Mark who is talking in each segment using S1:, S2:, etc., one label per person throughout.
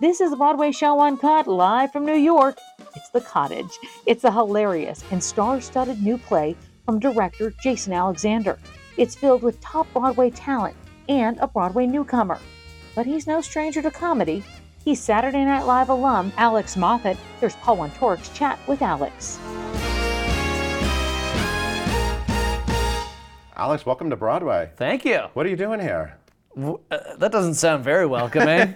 S1: This is the Broadway show on Cut, live from New York. It's The Cottage. It's a hilarious and star studded new play from director Jason Alexander. It's filled with top Broadway talent and a Broadway newcomer. But he's no stranger to comedy. He's Saturday Night Live alum Alex Moffat. Here's Paul Wantork's chat with Alex.
S2: Alex, welcome to Broadway.
S3: Thank you.
S2: What are you doing here?
S3: W- uh, that doesn't sound very welcoming.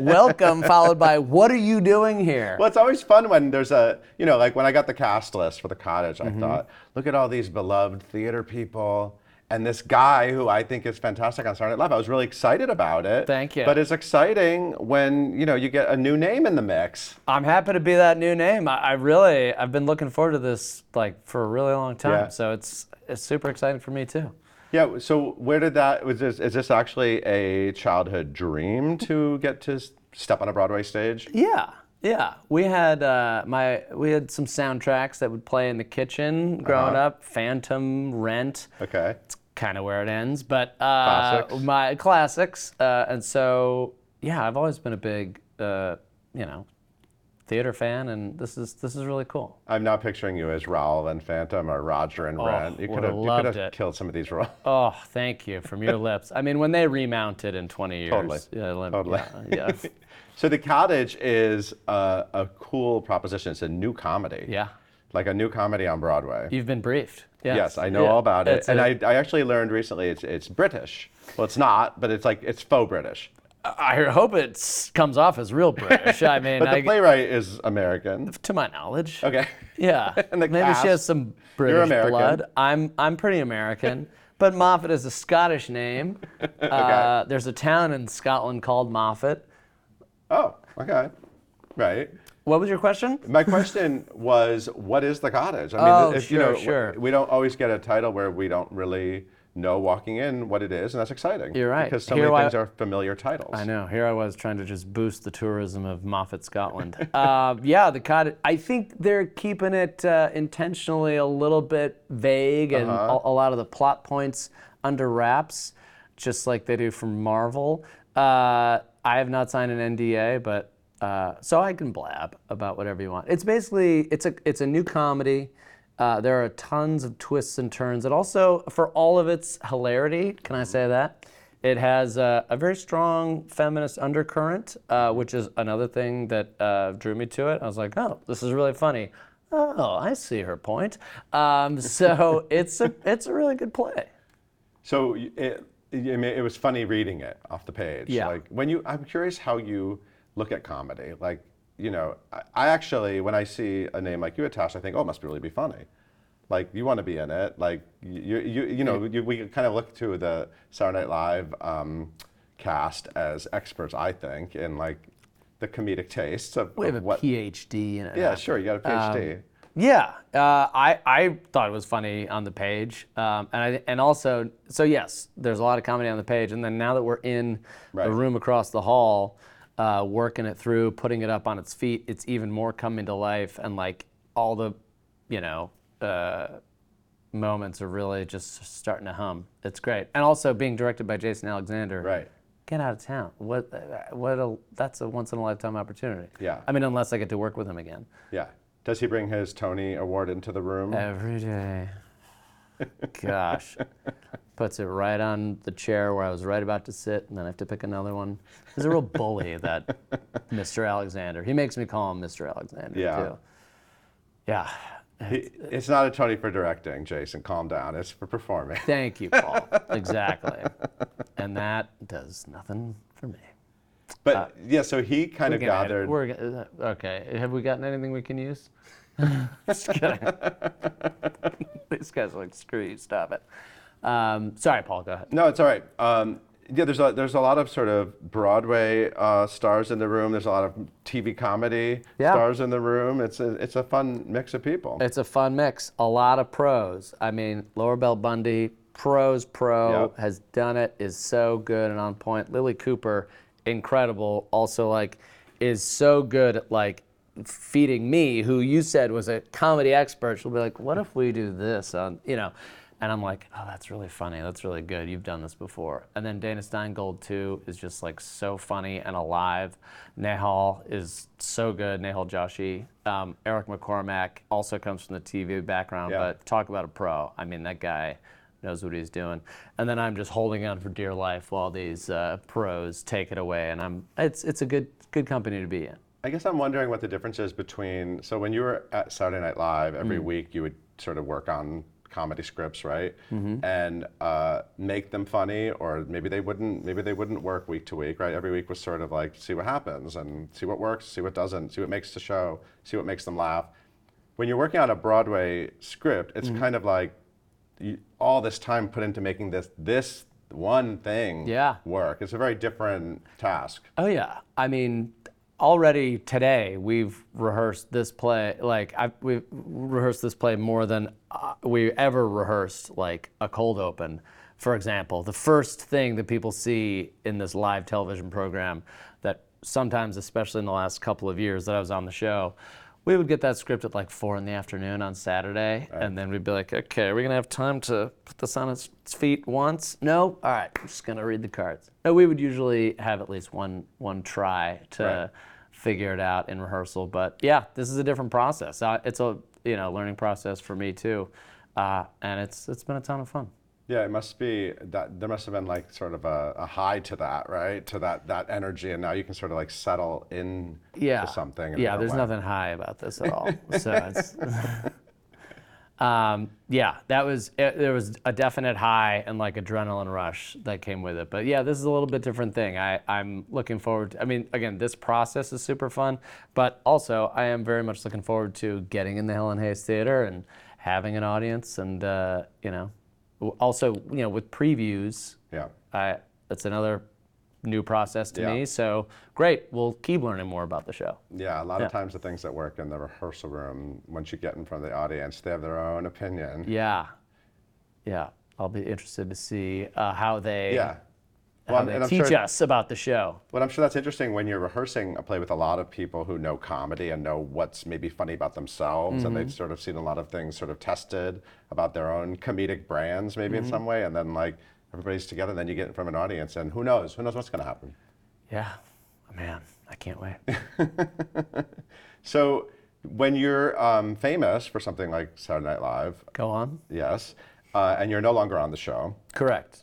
S3: Welcome, followed by what are you doing here?
S2: Well, it's always fun when there's a, you know, like when I got the cast list for the cottage,
S3: Mm-hmm.
S2: I thought, look at all these beloved theater people. And this guy who I think is fantastic on Saturday Night Live, I was really excited about it.
S3: Thank you.
S2: But it's exciting when, you know, you get a new name in the mix.
S3: I'm happy to be that new name. I, I really, I've been looking forward to this like for a really long time.
S2: Yeah.
S3: So it's it's super exciting for me too.
S2: Yeah, so where did that, was this, is this actually a childhood dream to get to s- step on a Broadway stage?
S3: Yeah, yeah. We had uh, my we had some soundtracks that would play in the kitchen growing up. Phantom, Rent.
S2: Okay.
S3: It's kind of where it ends, but uh,
S2: Classics.
S3: my classics. Uh, and so yeah, I've always been a big uh, you know theater fan, and this is this is really cool.
S2: I'm now picturing you as Raoul and Phantom or Roger and Rent. You could
S3: would've
S2: have you
S3: Oh, loved
S2: could have
S3: it.
S2: killed some of these roles.
S3: Oh, thank you from your lips. I mean, when they remounted in 20 years,
S2: Totally.
S3: yeah, let-
S2: Totally.
S3: yeah, yeah,
S2: So the cottage is a, a cool proposition. It's a new comedy.
S3: yeah.
S2: Like a new comedy on Broadway.
S3: You've been briefed.
S2: Yes, I know
S3: yeah,
S2: all about it.
S3: that's
S2: And I, I actually learned recently it's it's British. Well, it's not, but it's like it's faux British.
S3: I hope it comes off as real British. I mean,
S2: But
S3: I,
S2: the playwright is American.
S3: to my knowledge.
S2: Okay.
S3: Yeah.
S2: And the
S3: Maybe
S2: cast.
S3: she has some British
S2: American.
S3: blood. I'm I'm pretty American. But Moffat is a Scottish name. Uh, there's a town in Scotland called Moffat.
S2: Oh, okay. Right.
S3: What was your question?
S2: My question was, what is the cottage? I mean,
S3: Oh,
S2: if, you know,
S3: sure, sure.
S2: we don't always get a title where we don't really know walking in what it is, and that's exciting.
S3: You're right.
S2: Because so
S3: Here
S2: many
S3: I-
S2: things are familiar titles.
S3: I know. Here I was trying to just boost the tourism of Moffat, Scotland. uh, yeah, the cottage. I think they're keeping it uh, intentionally a little bit vague and a, a lot of the plot points under wraps, just like they do for Marvel. Uh, I have not signed an NDA, but uh, so I can blab about whatever you want. It's basically it's a it's a new comedy. Uh, there are tons of twists and turns. It also, for all of its hilarity, can I say that? It has uh, a very strong feminist undercurrent, uh, which is another thing that uh, drew me to it. I was like, oh, this is really funny. Oh, I see her point. Um, so it's a it's a really good play.
S2: So y- it, I mean, it was funny reading it off the page.
S3: Yeah.
S2: Like when you, I'm curious how you look at comedy. Like, you know, I, I actually, when I see a name like you attached, I think, oh, it must really be funny. Like you want to be in it. Like you, you, you know, you, we kind of look to the Saturday Night Live um, cast as experts, I think, in like the comedic tastes of,
S3: We
S2: of
S3: have a
S2: what.
S3: PhD in Um, it.
S2: yeah, sure. You got a PhD.
S3: Yeah, uh, I I thought it was funny on the page, um, and I and also so yes, there's a lot of comedy on the page, and then now that we're in
S2: Right.
S3: the room across the hall, uh, working it through, putting it up on its feet, it's even more coming to life, and like all the, you know, uh, moments are really just starting to hum. It's great, and also being directed by Jason Alexander.
S2: Right.
S3: Get out of town. What? uh, What? A, that's a once in a lifetime opportunity.
S2: Yeah.
S3: I mean, unless I get to work with him again.
S2: Yeah. Does he bring his Tony Award into the room?
S3: Every day. Gosh. Puts it right on the chair where I was right about to sit, and then I have to pick another one. He's a real bully, that Mr. Alexander. He makes me call him Mr. Alexander,
S2: Yeah.
S3: too. Yeah.
S2: He- it's not a Tony for directing, Jason. Calm down. It's for performing.
S3: Thank you, Paul. exactly. And that does nothing for me.
S2: But yeah, so he kind of
S3: Uh, We're gonna edit-
S2: gathered.
S3: We're, gonna- uh, okay. Have we gotten anything we can use? Just kidding. These guys are like, screw you, stop it. Um, sorry, Paul, go ahead.
S2: No, it's all right. Um, yeah, there's a, there's a lot of sort of Broadway uh, stars in the room. There's a lot of TV comedy
S3: Yeah.
S2: stars in the room. It's a, it's a fun mix of people.
S3: It's a fun mix. A lot of pros. I mean, Laura Bell Bundy, pros pro,
S2: Yep.
S3: has done it, is so good and on point. Lily Cooper, incredible. Also, like, is so good at like feeding me, who you said was a comedy expert. She'll be like, "What if we do this on?" You know, And I'm like, oh, that's really funny. That's really good. You've done this before. And then Dana Steingold, too, is just like so funny and alive. Nahal is so good, Nahal Joshi. Um, Eric McCormack also comes from the TV background,
S2: Yeah.
S3: but talk about a pro. I mean, that guy knows what he's doing. And then I'm just holding on for dear life while these uh, pros take it away. And I'm, it's, it's a good, good company to be in.
S2: I guess I'm wondering what the difference is between so when you were at Saturday Night Live every week you would sort of work on comedy scripts, right? And uh, make them funny, or maybe they wouldn't. Maybe they wouldn't work week to week, right? Every week was sort of like see what happens and see what works, see what doesn't, see what makes the show, see what makes them laugh. When you're working on a Broadway script, it's kind of like you, all this time put into making this this one thing
S3: Yeah.
S2: work. It's a very different task.
S3: Oh yeah. I mean, already today we've rehearsed this play. Like I've, we've rehearsed this play more than uh, we ever rehearsed like a cold open. For example, the first thing that people see in this live television program that sometimes, especially in the last couple of years that I was on the show, we would get that script at like four in the afternoon on Saturday, and then we'd be like, okay, are we gonna have time to put this on its its feet once? No? All right, I'm just gonna read the cards. No, we would usually have at least one one try to
S2: Right.
S3: figure it out in rehearsal. But yeah, this is a different process. Uh, it's a you know learning process for me too, uh, and it's it's been a ton of fun.
S2: Yeah, it must be that there must have been like sort of a, a high to that, right? To that that energy, and now you can sort of like settle in
S3: yeah.
S2: to something. in a
S3: Yeah,
S2: different
S3: there's
S2: way.
S3: nothing high about this at all. so it's, um, yeah, that was it, there was a definite high and like adrenaline rush that came with it. But yeah, this is a little bit different thing. I I'm looking forward. To, I mean, again, this process is super fun, but also I am very much looking forward to getting in the Helen Hayes Theater and having an audience, and uh, you know, w- also you know with previews.
S2: Yeah.
S3: I that's another new process to
S2: Yeah.
S3: me. So great, we'll keep learning more about the show.
S2: Yeah, a lot of times the things that work in the rehearsal room, once you get in front of the audience, they have their own opinion.
S3: Yeah, yeah, I'll be interested to see uh, how they
S2: Yeah.
S3: how
S2: Well,
S3: they
S2: and I'm
S3: teach
S2: sure,
S3: us about the show.
S2: well, I'm sure that's interesting when you're rehearsing a play with a lot of people who know comedy and know what's maybe funny about themselves, and they've sort of seen a lot of things sort of tested about their own comedic brands, maybe in some way, and then like everybody's together, and then you get in front of an audience, and who knows? Who knows what's going to happen?
S3: Yeah, man, I can't wait.
S2: So when you're um, famous for something like Saturday Night Live,
S3: Go on.
S2: yes, uh, and you're no longer on the show,
S3: Correct.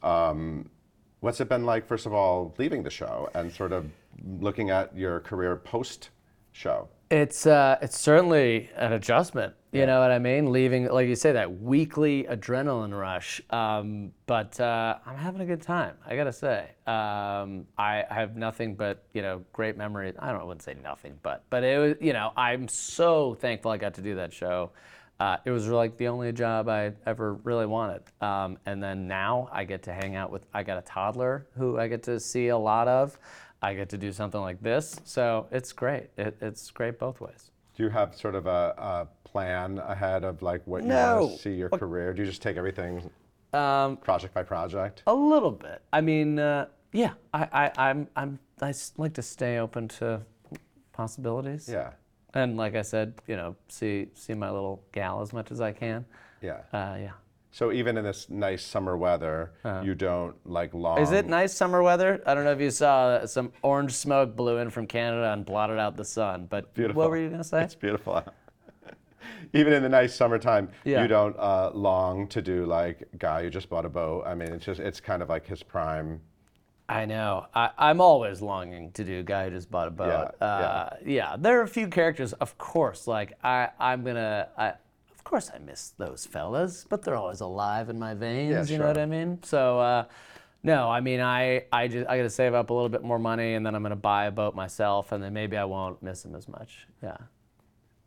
S2: what's it been like, first of all, leaving the show and sort of looking at your career post show?
S3: It's uh, it's certainly an adjustment. You know what I mean? Leaving, like you say, that weekly adrenaline rush. Um, but uh, I'm having a good time. I gotta say, um, I I have nothing but you know great memories. I don't I wouldn't say nothing, but but it was you know I'm so thankful I got to do that show. Uh, it was like the only job I ever really wanted. Um, and then now I get to hang out with, I got a toddler who I get to see a lot of. I get to do something like this. So it's great. It, it's great both ways.
S2: Do you have sort of a, a plan ahead of like what you want
S3: No.
S2: to see your career? Do you just take everything
S3: Um, oh.
S2: project by project?
S3: a little bit. I mean, uh, yeah, I, I, I'm, I'm, I s- like to stay open to possibilities.
S2: Yeah,
S3: And like I said, you know, see, see my little gal as much as I can.
S2: yeah.
S3: Uh, yeah.
S2: So even in this nice summer weather, you don't like long.
S3: Is it nice summer weather? I don't know if you saw that some orange smoke blew in from Canada and blotted out the sun, but
S2: Beautiful.
S3: what were you going to say?
S2: It's beautiful. out. Even in the nice summertime,
S3: Yeah.
S2: you don't uh, long to do like guy who just bought a boat. I mean, it's just it's kind of like his prime.
S3: I know. I, I'm always longing to do Guy Who Just Bought a Boat.
S2: Yeah,
S3: uh, yeah. There are a few characters, of course, like I, I'm going to, I of course I miss those fellas, but they're always alive in my veins, you know what
S2: sure.
S3: I mean? So, uh, no, I mean, I, I just, I got to save up a little bit more money and then I'm going to buy a boat myself and then maybe I won't miss them as much. Yeah.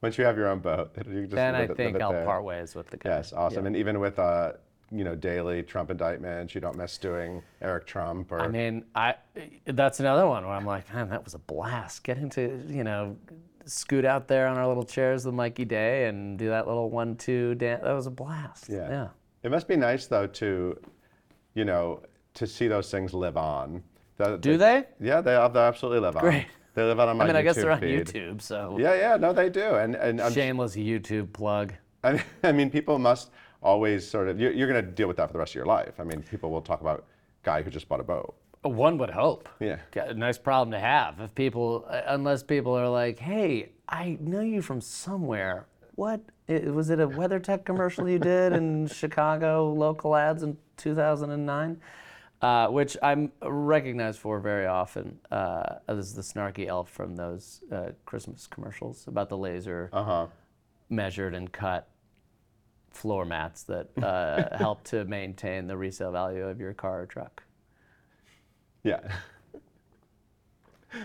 S2: Once you have your own boat, you just
S3: Then
S2: live
S3: I
S2: it- live
S3: think
S2: it
S3: I'll
S2: there.
S3: part ways with the guy.
S2: Yes, awesome. And even with uh, you know daily Trump indictments, you don't miss doing Eric Trump or
S3: I mean, I that's another one where I'm like, man, that was a blast. Getting to you know, scoot out there on our little chairs with Mikey Day and do that little one-two dance. That was a blast.
S2: Yeah.
S3: yeah.
S2: It must be nice though to, you know, to see those things live on. The-
S3: Do they?
S2: Yeah, they, they absolutely live on.
S3: Great.
S2: They live on, on my
S3: I mean, I guess they're on
S2: feed.
S3: YouTube, so
S2: Yeah, yeah, no, they do, and and I'm
S3: shameless YouTube plug.
S2: I mean, I mean, people must always sort of you're, you're going to deal with that for the rest of your life. I mean, people will talk about guy who just bought a boat.
S3: One would hope.
S2: Yeah.
S3: Got a nice problem to have if people, uh, unless people are like, "Hey, I know you from somewhere. What i- was it? A WeatherTech commercial you did in Chicago local ads in 2009?" Uh, which I'm recognized for very often. Uh, this is the snarky elf from those uh, Christmas commercials about the laser
S2: Oh. Uh-huh.
S3: measured and cut floor mats that uh, help to maintain the resale value of your car or truck.
S2: Yeah.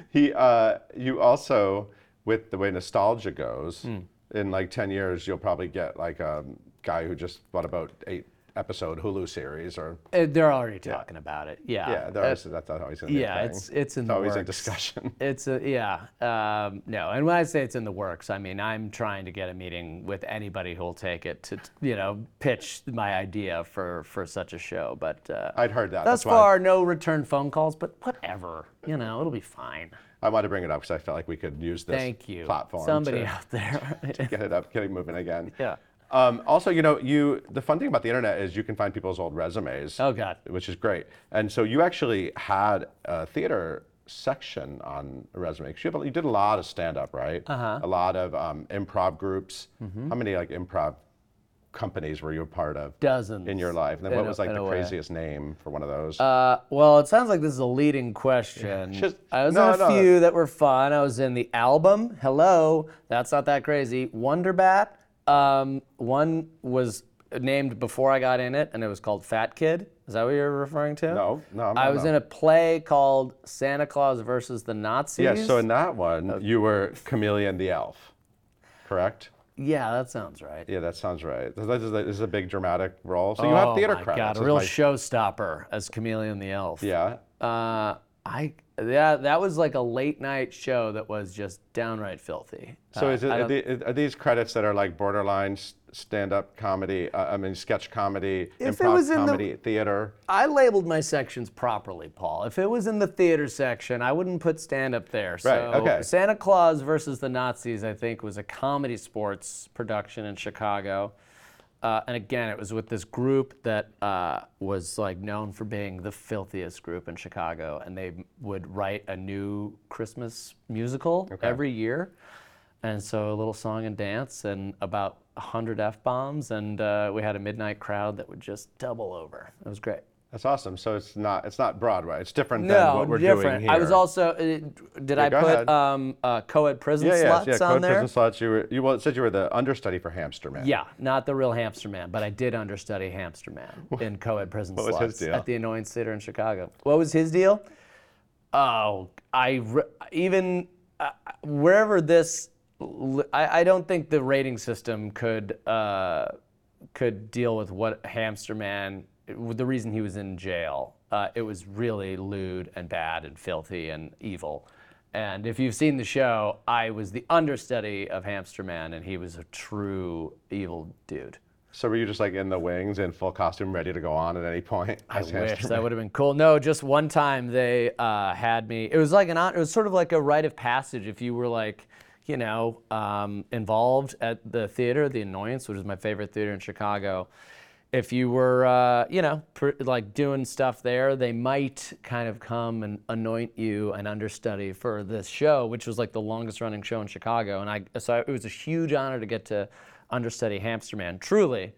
S2: he, uh, you also, with the way nostalgia goes,
S3: Hmm.
S2: in like 10 years, you'll probably get like a guy who just bought about eight episode Hulu series or,
S3: Uh, They're already talking about it. Yeah.
S2: yeah,
S3: Uh,
S2: there's, that's always in the
S3: yeah, it's it's in
S2: it's
S3: the
S2: always in
S3: works.
S2: discussion.
S3: It's a, yeah. Um, no, and when I say it's in the works, I mean I'm trying to get a meeting with anybody who'll take it to you know pitch my idea for for such a show. But uh,
S2: I'd heard that.
S3: thus
S2: That's why I-
S3: far, no return phone calls. But whatever, you know, it'll be fine.
S2: I wanted to bring it up because I felt like we could use this
S3: Thank you.
S2: platform
S3: Somebody
S2: to
S3: out there.
S2: get it up, get it moving again.
S3: yeah.
S2: Um, also, you know, you the fun thing about the internet is you can find people's old resumes.
S3: Oh God.
S2: which is great. And so you actually had a theater section on resume 'cause you, have a- you did a lot of stand up, right? Uh-huh. A lot of um, improv groups.
S3: Mm-hmm.
S2: How many like improv companies were you a part of
S3: Dozens.
S2: in your life? And then
S3: In
S2: what
S3: a-
S2: was like
S3: in
S2: the
S3: a way.
S2: craziest name for one of those?
S3: Uh, well, it sounds like this is a leading question.
S2: Just-
S3: I was
S2: no,
S3: in a
S2: no.
S3: few that were fun. I was in the album. Hello, that's not that crazy. Wonderbat. Um, one was named before I got in it, and it was called Fat Kid. Is that what you're referring to?
S2: no, no, I'm
S3: I
S2: not-
S3: was
S2: no.
S3: in a play called Santa Claus versus the Nazis.
S2: Yeah, so in that one, you were Chameleon the Elf, correct?
S3: Yeah, that sounds right.
S2: Yeah, that sounds right. This this is a, this is a big dramatic role. So you have theater
S3: oh my
S2: credits.
S3: God, a
S2: is
S3: real
S2: my-
S3: showstopper as Chameleon the Elf.
S2: yeah.
S3: Uh, I yeah, that was like a late night show that was just downright filthy.
S2: So
S3: Uh,
S2: is it,
S3: I
S2: are,
S3: don't-
S2: the, are these credits that are like borderline s- stand-up comedy? Uh, I mean, sketch comedy,
S3: If it
S2: improv
S3: was in the-
S2: comedy, theater.
S3: I labeled my sections properly, Paul. If it was in the theater section, I wouldn't put stand up there. So
S2: okay.
S3: Santa Claus versus the Nazis, I think, was a comedy sports production in Chicago. Uh, and again, it was with this group that uh, was like known for being the filthiest group in Chicago, and they would write a new Christmas musical every year. And so a little song and dance, and about 100 F bombs, and uh, we had a midnight crowd that would just double over. It was great.
S2: That's awesome. So it's not it's not Broadway. It's different
S3: No,
S2: than what we're doing
S3: different.
S2: here.
S3: I was also. Uh, did I
S2: go
S3: put
S2: ahead.
S3: um, uh, co-ed prison
S2: yeah, yeah,
S3: sluts
S2: yeah.
S3: on
S2: Code
S3: there?
S2: Prison Slots. You were you well, it said you were the understudy for Hamster Man.
S3: Yeah, not the real Hamster Man, but I did understudy Hamster Man in co-ed prison
S2: What was his
S3: slots
S2: deal?
S3: at the Annoyance Theater in Chicago. What was his deal? Oh, I re- even uh, wherever this, l- I, I don't think the rating system could uh, could deal with what Hamster Man. The reason he was in jail, uh, it was really lewd and bad and filthy and evil. And if you've seen the show, I was the understudy of Hamster Man, and he was a true evil dude.
S2: So were you just like in the wings in full costume, ready to go on at any point?
S3: I
S2: as
S3: wish
S2: Hamster
S3: that would have been cool. No, just one time they uh, had me. It was like an hon- it was sort of like a rite of passage. If you were like, you know, um, involved at the theater, the Annoyance, which is my favorite theater in Chicago. If you were, uh, you know, pr- like doing stuff there, they might kind of come and anoint you an understudy for this show, which was like the longest running show in Chicago. And I, so it was a huge honor to get to understudy Hamster Man, truly.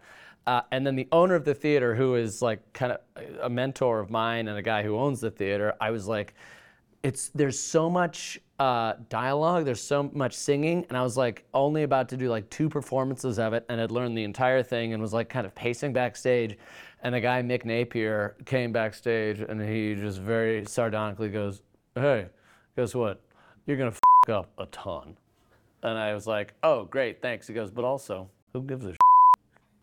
S3: Uh, and then the owner of the theater, who is like kind of a mentor of mine and a guy who owns the theater, I was like, it's there's so much uh, dialogue, there's so much singing, and I was like only about to do like two performances of it, and had learned the entire thing, and was like kind of pacing backstage, and the guy Mick Napier came backstage, and he just very sardonically goes, "Hey, guess what? You're gonna f- up a ton," and I was like, "Oh, great, thanks." He goes, "But also, who gives a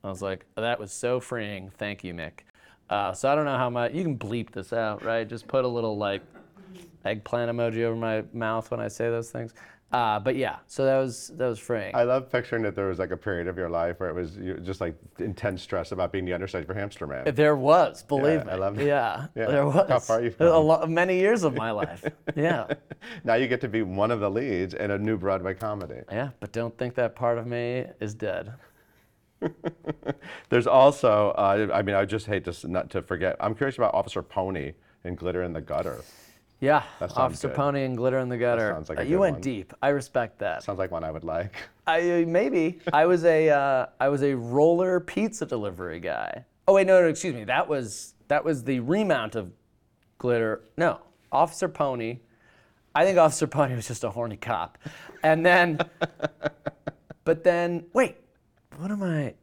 S3: I was like, that was so freeing. Thank you, Mick. Uh, so I don't know how much you can bleep this out, right? Just put a little like eggplant emoji over my mouth when I say those things. Uh, but yeah, so that was that was freeing.
S2: I love picturing that there was like a period of your life where it was you, just like intense stress about being the understudy for Hamster Man.
S3: there was, believe
S2: Yeah,
S3: me.
S2: I love it.
S3: Yeah,
S2: Yeah.
S3: there was.
S2: How far you've
S3: A
S2: come.
S3: lot, many years of my life. Yeah,
S2: now you get to be one of the leads in a new Broadway comedy.
S3: yeah. But don't think that part of me is dead.
S2: There's also, uh, I mean, I just hate to s- not to forget. I'm curious about Officer Pony and Glitter in the Gutter.
S3: Yeah,
S2: That sounds
S3: Officer
S2: good.
S3: Pony and Glitter in the Gutter.
S2: sounds like a
S3: Uh, you
S2: good
S3: went
S2: one.
S3: deep. I respect that.
S2: Sounds like one I would like.
S3: I uh, maybe I was a uh, I was a roller pizza delivery guy. Oh wait, no, no, excuse me. That was that was the remount of glitter. No, Officer Pony. I think Officer Pony was just a horny cop, and then, but then wait, what am I?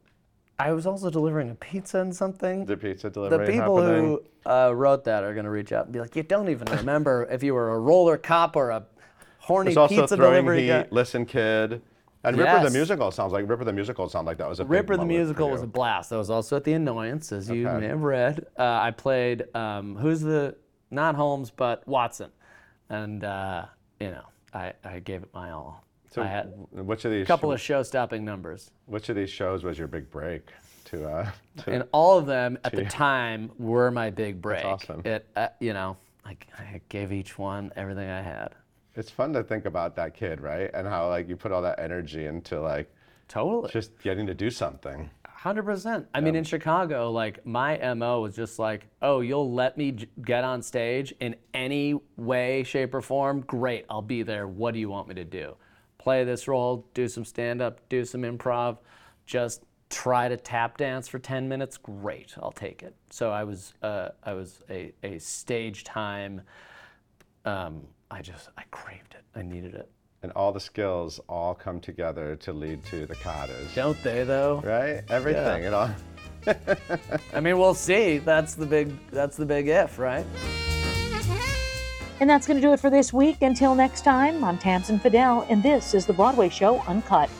S3: I was also delivering a pizza and something.
S2: The pizza
S3: The
S2: delivery
S3: people
S2: happening.
S3: who uh, wrote that are going to reach out and be like, you don't even remember if you were a roller cop or a horny
S2: There's also
S3: pizza
S2: Throwing
S3: delivery
S2: Heat,
S3: guy.
S2: Listen Kid, and Ripper the
S3: Yes.
S2: musical sounds like Ripper the musical sounded like that was a big
S3: Ripper the
S2: moment for
S3: musical was
S2: you.
S3: a blast. That was also at the Annoyance, as you
S2: Okay.
S3: may have read. Uh, I played um, who's the not Holmes but Watson, and uh, you know I, I gave it my all.
S2: So
S3: I had
S2: which of these
S3: a couple of show-stopping numbers,
S2: which of these shows was your big break to uh to,
S3: and all of them at the time were my big break.
S2: awesome.
S3: It uh, you know I, I gave each one everything I had.
S2: it's fun to think about that kid, right? And how like you put all that energy into like
S3: Totally.
S2: just getting to do something.
S3: Hundred percent. I mean, in Chicago, like my mo was just like, "Oh, you'll let me j- get on stage in any way, shape, or form. Great, I'll be there. What do you want me to do? Play this role, do some stand-up, do some improv, just try to tap dance for ten minutes. Great, I'll take it." So I was, uh, I was a, a stage time. Um, I just, I craved it. I needed it.
S2: And all the skills all come together to lead to the cottage.
S3: Don't they though?
S2: Right? Everything. It all
S3: I mean, we'll see. That's the big, that's the big if, right?
S1: And that's going to do it for this week. Until next time, I'm Tamsin Fidel, and this is The Broadway Show Uncut.